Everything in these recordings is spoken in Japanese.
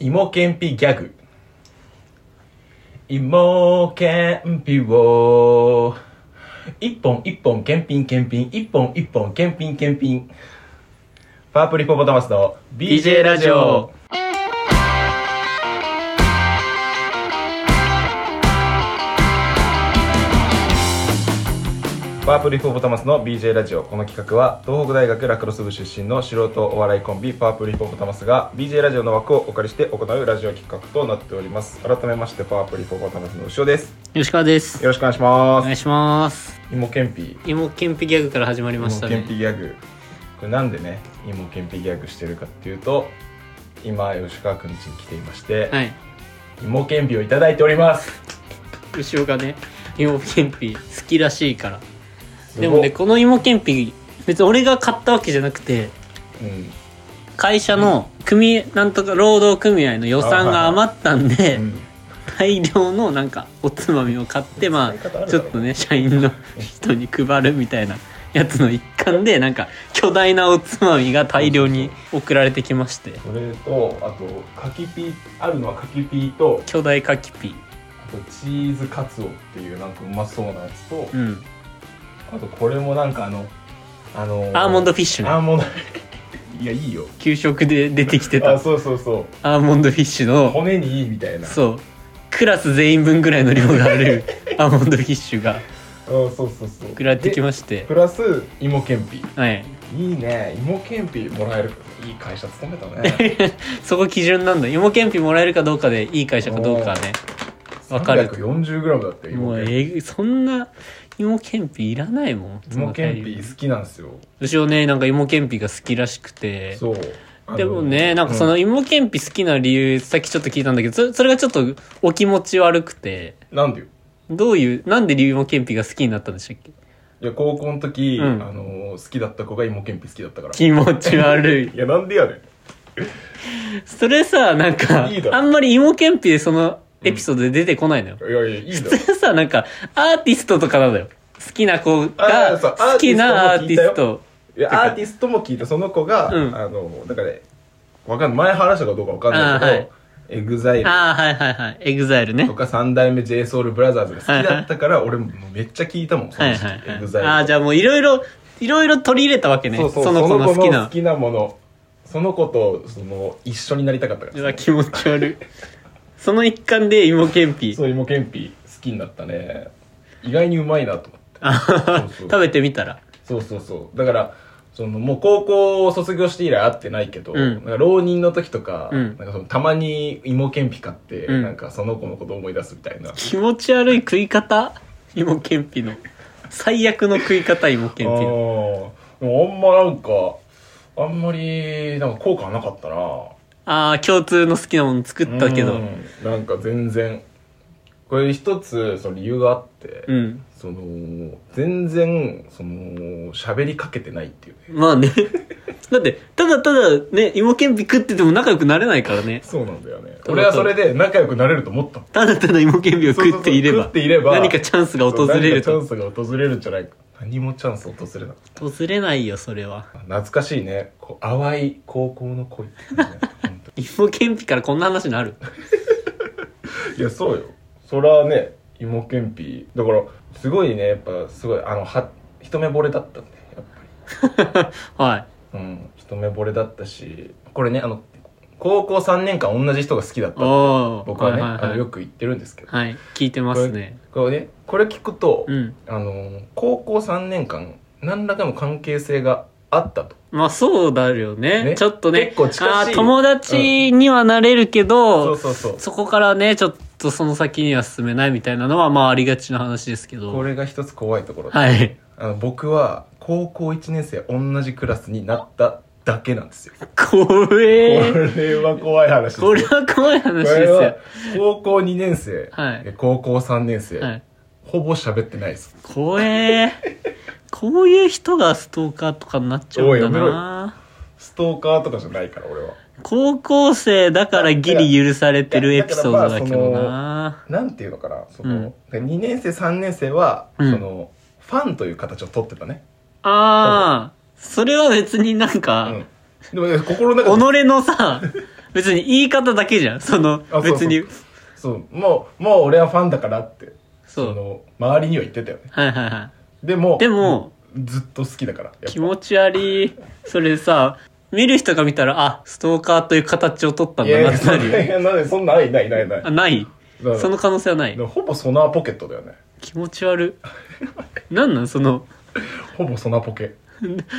芋けんぴギャグ芋けんぴを一本一本けんぴんけんぴん一本一本けんぴんけんぴんパープリポポタマスの BJ ラジオパープリフォーボタマスの BJ ラジオこの企画は東北大学ラクロス部出身の素人お笑いコンビパープリフォーボタマスが BJ ラジオの枠をお借りして行うラジオ企画となっております改めましてパープリフォーボタマスの牛尾です吉川です。よろしくお願いしまお願いすします。芋けんぴ芋けんぴギャグから始まりました芋けんぴね。ギャグこれなんでね芋けんぴギャグしてるかっていうと今吉川くん家に来ていまして、はい。芋けんぴをいただいております後ろがね、芋けんぴ好きらしいから。すごっでもね、この芋けんぴ、別に俺が買ったわけじゃなくて、うん会社の組、なんとか労働組合の予算が余ったんで、大量のなんかおつまみを買って、ま使い方ああ、るちだょろっとね、社員の人に配るみたいなやつの一環で、なんか巨大なおつまみが大量に送られてきまして、それとあと柿ピーあるのは柿ピーと巨大かきピー。あとチーズカツオっていうなんかうまそうなやつと、うん。あとこれもなんかあのあのアーモンドフィッシュねアーモンドいやいいよ給食で出てきてあたそうそうそうアーモンドフィッシュの骨にいいみたいなうそうクラス全員分ぐらいの量があ るアーモンドフィッシュがんそうそうそう送られてきでましてプラス芋けんぴはいいいね芋けんぴもらえるいい会社勤めたねそこ基準なんだ芋けんぴもらえるかどうかでいい会社かどうかはね わかる 340g だっても芋けんうぴえぐいそんな芋けんぴいらないもん芋けんぴ好きなんですよ後ろねなんか芋けんぴが好きらしくてそうあのでもねなんかそのう芋けんぴ好きな理由さっきちょっと聞いたんだけどそそれがちょっとお気持ち悪くてなんでよどういうなんで芋けんぴが好きになったんでしたっけいや高校の時、うんあの好きだった子が芋けんぴ好きだったからい気持ち悪 い。やなんでやねんそれさ、なんかいいだ、ろあんまり芋けんぴでそのエピソードで出てこないのよ。いやいやいいだろ それさ、なんか、アーティストとかなのよ。好きな子あーが、そう好きなアーティスト。いやアーティストも聞いたその子が、うんあのだからねわかんない前話したかどうかわかんないけど、あーはいエグザイルああ、はいはいはい。エグザイルとね。か三代目 j s o u l b r o t h e r s が好きだったから俺もめっちゃ聞いたもんそはのい時期、はいエグはザイい。ルああー、じゃあもういろいろ、いろいろ取り入れたわけね。そうそうその子の好きその子のな好。きなものその子とその一緒になりたかったかうらわ、気持ち悪い。その一環で芋けんぴ。そう芋けんぴ好きになったね意外にうまいなと思ってあははそうそう食べてみたら。そうそうそうだからそのもう高校を卒業して以来会ってないけど、うなんんか浪人の時とか,、うんなんかそのたまに芋けんぴ買って、うんなんかその子のこと思い出すみたいな気持ち悪い食い方芋けんぴの。最悪の食い方、芋けんぴあの。ーでもあんまなんかあんまりなんか効果はなかったなああ、共通の好きなもの作ったけうど。んなんか全然これ一つその理由があって、うん。その全然その喋りかけてないっていうねまあね。 だって、ただただね、芋けんぴ食ってても仲良くなれないからね。そうなんだよね俺はそれで仲良くなれると思ったただただ芋けんぴを食っていれそうそうそう食ばっ、ていれば何かチャンスが訪れると。そう何かチャンスが訪れるんじゃないか何もチャンス訪れなかっ訪れないよ、それは。た懐かしいねこう淡い高校の恋って感じね本芋けんぴからこんな話 になる。 当にいやそうよそらね芋けんぴだからすごいねやっぱすごいあのは一目惚れだったんでやっはぱりうん一目惚れだったしこれねあの高校3年間同じ人が好きだっい。たおお。僕はね、はいあはのいはよい。く言ってるんですけど、はい。聞いてますね。これねこれ聞くと、うん。あの高校3年間何らかの関係性があったとまあそうだよね。ねちょっとね。結構近しいあー友達にはなれるけそど、うそうそうそこからね、ちょっとその先には進めないみたいなのは、まあありがちな話ですけど。これが一つ怖いところで、はい。あの僕は高校1年生同じクラスになっただけなんですよ、怖え。これは怖い話ですこれは怖い話ですこれはよ。高校2年生、はいで高校3年生、はい。ほぼ喋ってないです怖え。こういう人がストーカーとかになっちゃうんだな。ストーカーとかじゃないから俺は高校生だからギリ許されてるエピソードだけどな。なんていうのかなその、2年生3年生は、うんそのファンという形を取ってたね、ああ、それは別になんうか、ん、でもね心の己中でのさ、別に言い方だけじゃんそのあそうそう別にそうもうもう俺はファンだからってそうの周りには言ってたよねはいはいはでもでもずっと好きだからやっぱい気持ち悪いそれさ見る人が見たらあストーカーという形を取ったんいやいだなやってなるよいやなんでそんなないないないないあないだからその可能性はないでもほぼソナーポケットだよね気持ち悪いなんなんその ほぼソナポケ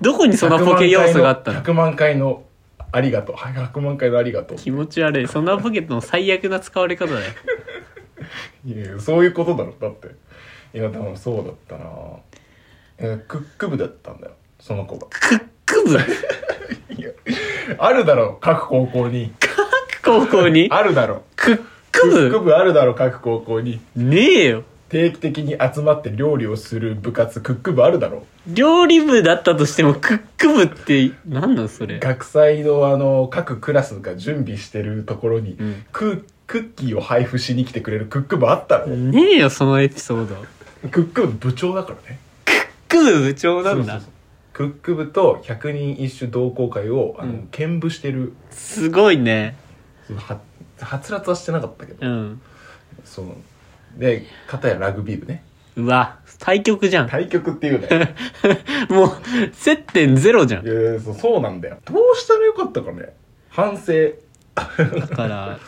どこにそんなポケ要素があったの100万回のありがとうはい100万回のありがとう気持ち悪いそんなポケットの最悪な使われ方だよいやいやそういうことだろだっていや多分そうだったなえークック部だったんだよその子がクック部あるだろ各高校に高校にあるだろクッククック部部あるだろ各高校にねえよ定期的に集まって料理をする部活クック部あるだろ料理部だったとしてもクック部って何なんそれ学祭のあの各クラスが準備してるところに、うんククッキーを配布しに来てくれるクック部あったろ、ねえよそのエピソードクック部部長だからねクック部部長なんそうそうだそうクック部と100人一首同好会をあの、うん兼部してるすごいねそうははつらつはしてなかったけど、うんそうで片やラグビー部ねうわ対局じゃ ん対局っていう ねもう接点ゼロじゃいんやいやそうそうなんだよどうしたらよかったかね反省 だから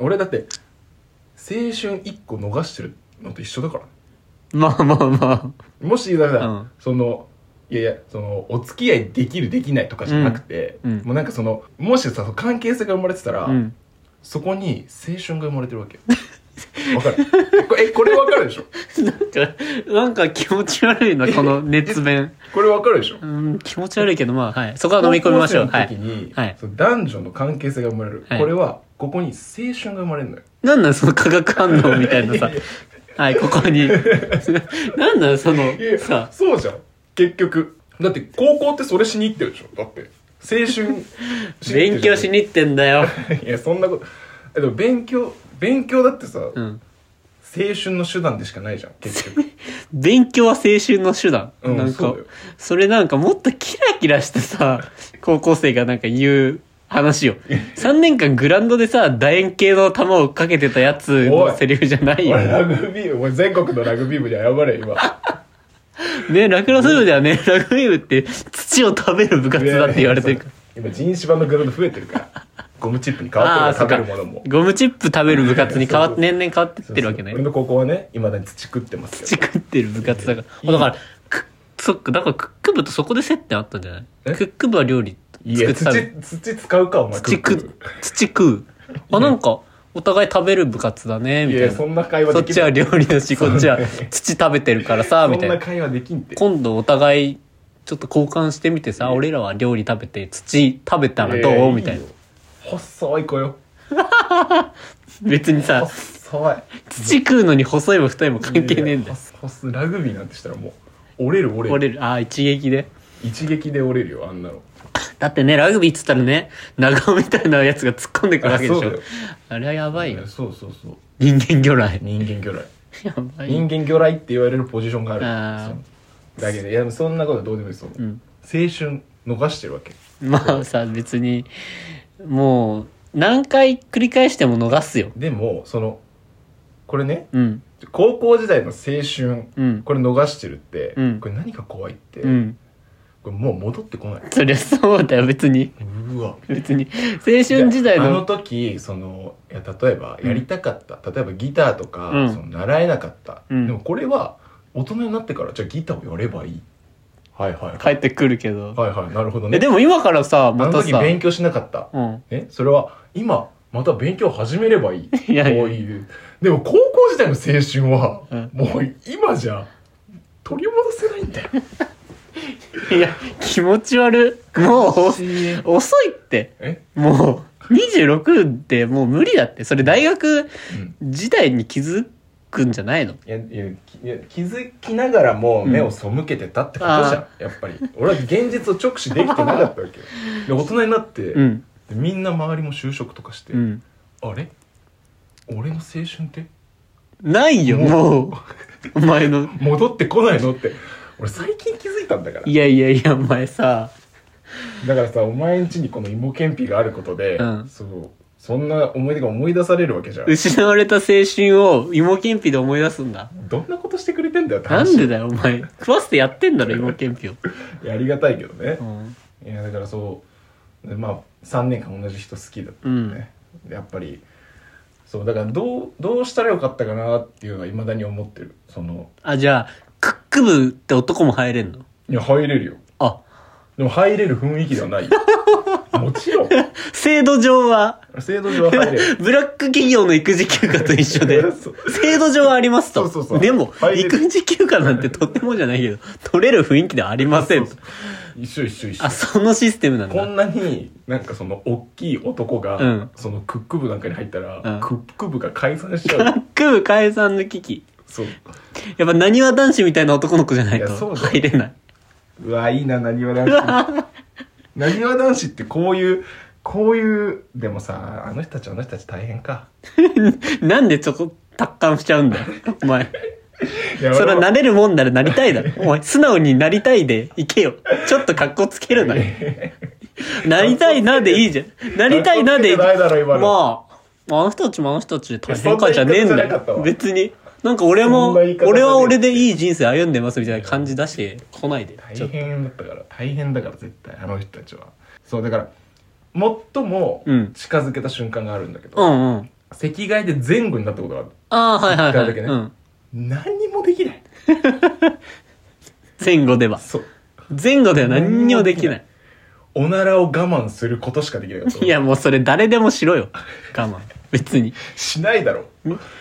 俺だって青春1個逃してるのと一緒だからねまあまあまあもしだから、うんそのいやいやそのお付き合いできるできないとかじゃなくて、うんうんもうなんかそのもしさ関係性が生まれてたら、うんそこに青春が生まれてるわけよわかるえこれえこれわかるでしょなんかなんか気持ち悪いなこの熱弁これわかるでしょうん気持ち悪いけどまあはいそこは飲み込みましょう高校は生いの時に、はいその男女の関係性が生まれる、はいこれはここに青春が生まれるのよなんなんその化学反応みたい なさはいここに なんなんそのいやさそうじゃん結局だって高校ってそれしに行ってるでしょだって青春しに行ってる勉強しに行ってんだよいやそんなことえでも勉強勉強だってさ、うん青春の手段でしかないじゃん結 局勉強は青春の手段、うんなんそかうだよそれなんかもっとキラキラしてさ高校生がなんか言う話を3年間グラウンドでさ楕円形の球をかけてたやつおいのセリフじゃないよ俺ラグビー部俺全国のラグビー部に謝れ今ねラクロス部ではねラグビー部って土を食べる部活だって言われてるからいやい やそう今人種版のグラウンド増えてるからゴムチップに変あわあってるそっからか食べるものもゴムチップ食べる部活に変わっそうそう年々変わってってるわけねそうそう俺の高校はねいまだに土食ってます土けど食ってる部活だからいいあだからくそっかだからクック部とそこで接点あったんじゃないえクック部は料理い作やってたの土土使うかお前土食クッう土食うあなんかお互い食べる部活だねクいみたいやなそそんな会話でっきちは料理だしこっちはそう土食べてるからさそみんたいなな会話できんって今度お互いちょっと交換してみてさ俺らは料理食べて土食べたらどう、ややみたいなよ細い子よ別にさ細い土食うのに細いも太いも関係ねえんだいやよ細いラグビーなんてしたらもう折れる折れる折れるああ一撃で一撃で折れるよあんなのだってねラグビーっつったらね長尾みたいなやつが突っ込んでくるわけでしあそうょだよあれはやばいよそうそうそう人間魚雷人間魚雷やばい人間魚雷って言われるポジションがああるーそうだけどいやそんなことはどうでもいいそう、ん青春逃してるわけまあさ別にもう何回繰り返しても逃すよでもそのこれねうん高校時代の青春、うんこれ逃してるって、うんこれ何が怖いって、うんこれもう戻ってこないそりゃそうだよ別にうわ別に青春時代いやあのの時そのいや例えばやりたかった、例えばギターとか、うんその習えなかった、うんでもこれは大人になってからじゃあギターをやればいいはいはいはい帰ってくるけど、はいはいなるほどねえでも今からさあまのた時さ勉強しなかった。うんね、それは今、また勉強始めればいい。 いやいやこういう。でも高校時代の青春は、うんもう今じゃ、取り戻せないんだよ。いや気持ち悪いもう遅いってえもう26ってもう無理だってそれ大学時代に気づくんじゃないのいやいやきいや気づきながらも目を背けてたってことじゃん、やっぱり俺は現実を直視できてなかったわけよで大人になって、うんでみんな周りも就職とかして、うんあれ俺の青春ってないよもうお前 の戻ってこないのって俺最近気づいたんだからいやいやいや、お前さ、だからさお前ん家にこの芋けんぴがあることで、うんそうそんな思い出が思い出されるわけじゃん失われた青春を芋けんぴで思い出すんだ。どんなことしてくれてんだよってな話んでだよ、お前。食わせてやってん だろ、芋けんぴを。いやありがたいけどねう、ん。いやだからそうでまあ3年間同じ人好きだったんでね、でやっぱりそうだからどうどうしたらよかったかなっていうのはいまだに思ってるそのあ、じゃあ、クック部って男も入れんのいや入れるよあ、 でも入れる雰囲気ではないよもちろん制度上は、制度上は入れる ブラック企業の育児休暇と一緒 でそう、制度上はありますと。そうそうそうでも入れ、る育児休暇なんてとってもじゃないけど、取れる雰囲気ではありませんとそう。そう一緒一緒一緒あ、そのシステムなんこだ。んなになんかその大きい男が、うんそのクック部なんかに入ったら、うんクック部が解散しちブラゃ うック部解散の危機。そうやっぱ、なにわ男子みたいな男の子じゃない いやそとうだよ入れなうわいいななにわ 男子なにわ男子ってこういうこういうでもさあの人たちあの人たち大変かい。なんでそこ、達観しちゃうんだよ。お前。いやそ俺れはもなれるもんならなりたいだ ろ。お前、素直になりたいでいけよ。ちょっと格好つけるな よ。なりたいなでいいじゃん。なりたいなでいい。格好つけてないだろ今のまあ、あの人たちもあの人たちで大変かじゃねえんそんなだ言い方じゃなかったよ。わ別に。なんか俺も、そんな言い方じゃねえ俺は俺でいい人生歩んでますみたいな感じ出してこないで。ち大ょっと変だったから大変だから絶対あの人たちはそうだから最もうん近づけた瞬間があるんだけど、うんうん。席替えで前後になったことがあるああ、はいはい一回はだい。けねうん。何にもできない前後では。そう前後では何にもできない。おならを我慢することしかできないいやもうそれ誰でもしろよ。我慢。別に。しないだろ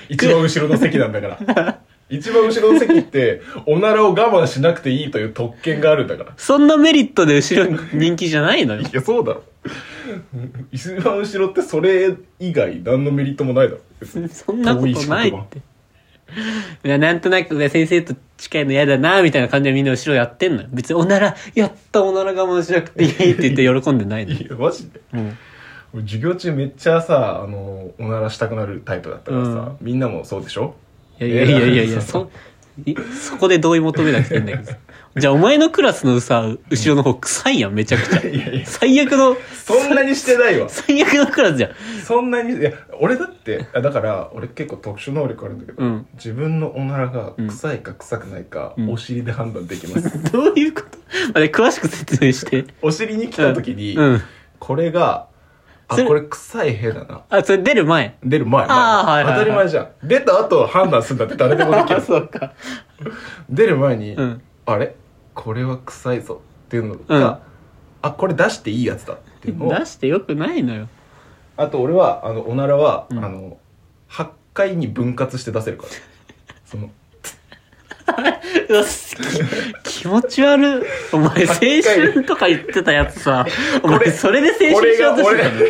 一番後ろの席なんだから 一番後ろの席っておならを我慢しなくていいという特権があるんだからそんなメリットで後ろに人気じゃないのよい。やそうだ ろ一番後ろってそれ以外何のメリットもないだろ別に そんなことないって。いや、なんとなくね、先生と近いの嫌だな、みたいな感じでみんな後ろやってんのよ。別におなら、やったおなら我慢しなくていいって言って喜んでないのよ。いやマジでうん俺授業中めっちゃさあのおならしたくなるタイプだったからさ、みんなもそうでしょ いやいやいやいやいや、そうそ、いそこで同意求めなくていいんだけど。じゃあお前のクラスのさ、後ろの方臭 いやん、めちゃくちゃ。いやいや最悪の、そんなにしてないわ最悪のクラスじゃん。そんなにいや俺だってあだから俺結構特殊能力あるんだけど、うん自分のおならが臭いか臭くないか、んお尻で判断でき ます、どういうことまで詳しく説明して。お尻に来た時に、うん。これがあそれこれ臭い屁だなあ、それ出る前。 出る前前あーはいはいはい当たり前じゃん出た後判断するんだって誰でもできるそうか。出る前に、うんあれこれは臭いぞっていうのが、うんあこれ出していいやつだっていうのを出してよくないのよ。あと俺はあのおならは、あの8回に分割して出せるから そのうわすき気持ち悪いお前青春とか言ってたやつさおこ前れそれで青春しようとしてたの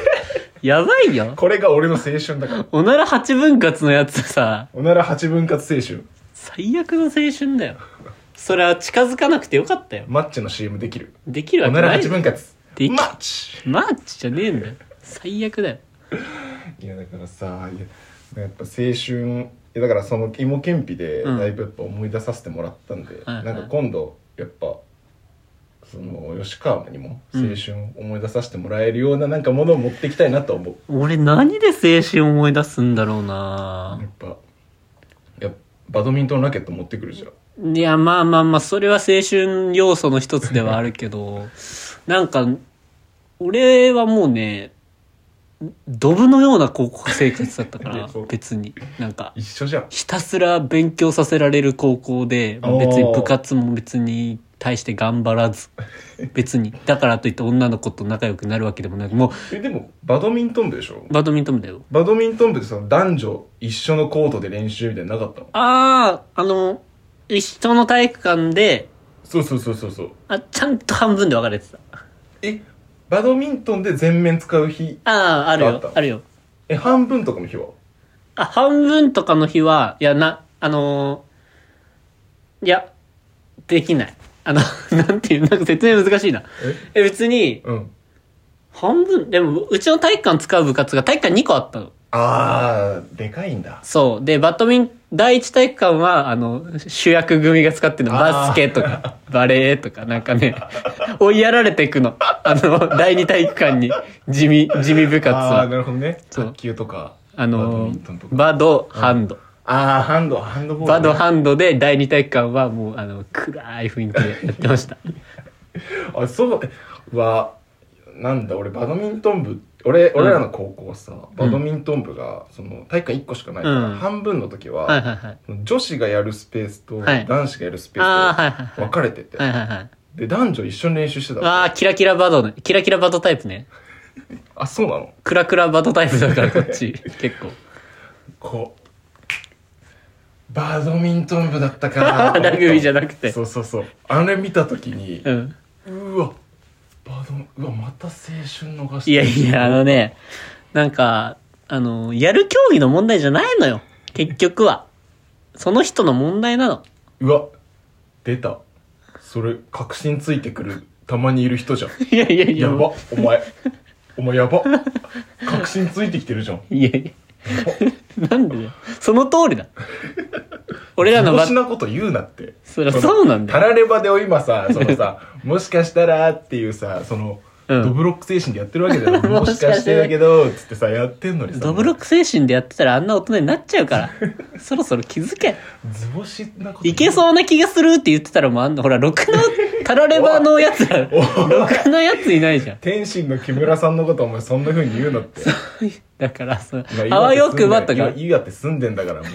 やばいよこれが俺の青春だからおなら8分割のやつさおなら8分割青春最悪の青春だよそれは近づかなくてよかったよマッチの CM できるできるおわけなならい8分割できマッチマーチじゃねえんだよ最悪だよいやだからさいややっぱ青春いやだからその芋けんぴでうんだいぶやっぱ思い出させてもらったんで、はいはいなんか今度やっぱその吉川にも青春を思い出させてもらえるようななんかものを持っていきたいなと思う、俺何で青春思い出すんだろうなやっぱいやバドミントンラケット持ってくるじゃんいや、まあまあまあ、それは青春要素の一つではあるけど、 なんか、俺はもうね、ドブのような高校生活だったかいらや そう、別に。なんか、一緒じゃんひたすら勉強させられる高校で、まあおー別に部活も別に対して頑張 らず、別に。だからといって女の子と仲良くなるわけでもなく、もえでもバドミントン部でしょう、バドミントン部だよ。バドミントン部でその男女一緒のコートで練習みたいなのなかったのああ、あの、一緒の体育館で、そうそうそうそうそうあ、ちゃんと半分で分かれてた。えバドミントンで全面使う日ああ、あるあっよた、あるよ。え半分とかの日はあ、半分とかの日は、いや、な、あのーいや、できない。あの、 なんていう、なんか説明難しいな。え、別に、うん半分、でも、うちの体育館使う部活が体育館2個あったの。あー、でかいんだ。そう。で、バドミン、第一体育館は、あの、主役組が使ってるの。あーバスケとか、バレエとか、なんかね、追いやられていくの。あの、第二体育館に、地味、地味部活あー、は。なるほどね。そう卓球とか。バあドミのントンと、かバド、ハンド。あー、ハンド、ハンドボールバね、ド、ハンドで、第二体育館は、もう、あの、暗い雰囲気でやってま した。あ、そう、は、なんだ、俺、バドミントン部、俺、俺らの高校さ、バドミントン部が、その、体育館1個しかないから、うん半分の時は、はいはいはい。女子がやるスペースと、はい男子がやるスペああ、ーはいスはいとは分かれてて、い。はいはいはい。で、男女一緒に練習してたのああ、キラキラバドね。キラキラバドタイプね。あ、そうなのクラクラバドタイプだから、こっ ち。結構。こう、バドミントン部だったか ラら。グビーじゃななくてそ。うそうそう。あれ見た時にう、ん。うわ、バドン、うわ、また青春逃していやいや、あのね、なんか、あの、やる競技の問題じゃないのよ。結局は。その人の問題なの。うわ、出た。それ、確信ついてくる、たまにいる人じゃん。いやいやいや。やば、お前。お前やば。確信ついてきてるじゃん。いやいや。 なんでだよ。その通りだ。俺らのもバしなこと言うなって。そりゃそうなんだよタラレバでを今さ、そのさ、 もしかしたらっていうさ、その、うんドブロック精神でやってるわけだよ。 ももしかししてねかしてだけど、つってさ、やってんのにさ。ドブロック精神でやってたらあんな大人になっちゃ うから。そろそろ気づけ。図星なこと言う。いけそうな気がするって言ってたらもうあんの、ほら、ろくな、タラレバのやつら、ろくなやついないじ ゃん。天心の木村さんのことお前そんな風に言うのって。だから、そうお前、あわよくばといやか、岩手住んでんだから、お前。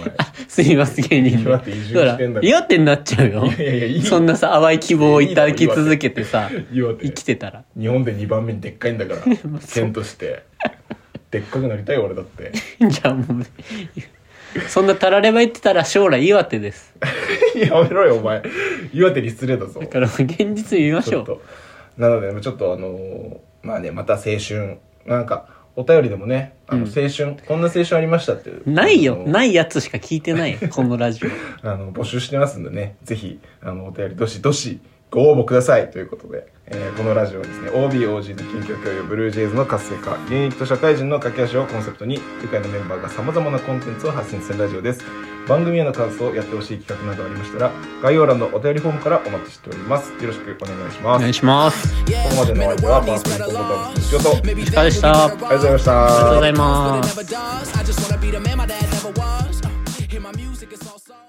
すみます芸人で岩手移住してんだからほら岩手になっちゃうよ。いやいやいいそんなさ、淡い希望を抱き続けてさ、岩生き手。てたら。 日本で2番目にでっかいんだから、県として。でっかくなりたい俺だって。 じゃあもう、そんなタラレバ言ってたら将来岩手です。やめろよ、お前。岩手に失礼だぞ。だからもう現実見ましちょょっう。と。なので、ちょっとあのーまあね、また青春。なんか、お便りでもね、あの、青春、こんな青春ありましたっていう。ないよ。あのないやつしか聞いてないよ。このラジオ。あの、募集してますんでね、ぜひ、あの、お便りどしどしご応募くださいということで、えーこのラジオはですね、OBOG の近況共有、ブルージェイズの活性化、現役と社会人の駆け足をコンセプトに、愉快なメンバーが様々なコンテンツを発信するラジオです。番組への感想、やってほしい企画などありましたら、概要欄のお便りフォームからお待ちしております。よろしくお願いしおま願いす。します。ここまでのお相手はパーソナリティの小田敏夫とお疲れ様でしたありがとうございましたありがとうございます I just wanna be the man my dad never was. Hear my music, it's all soul.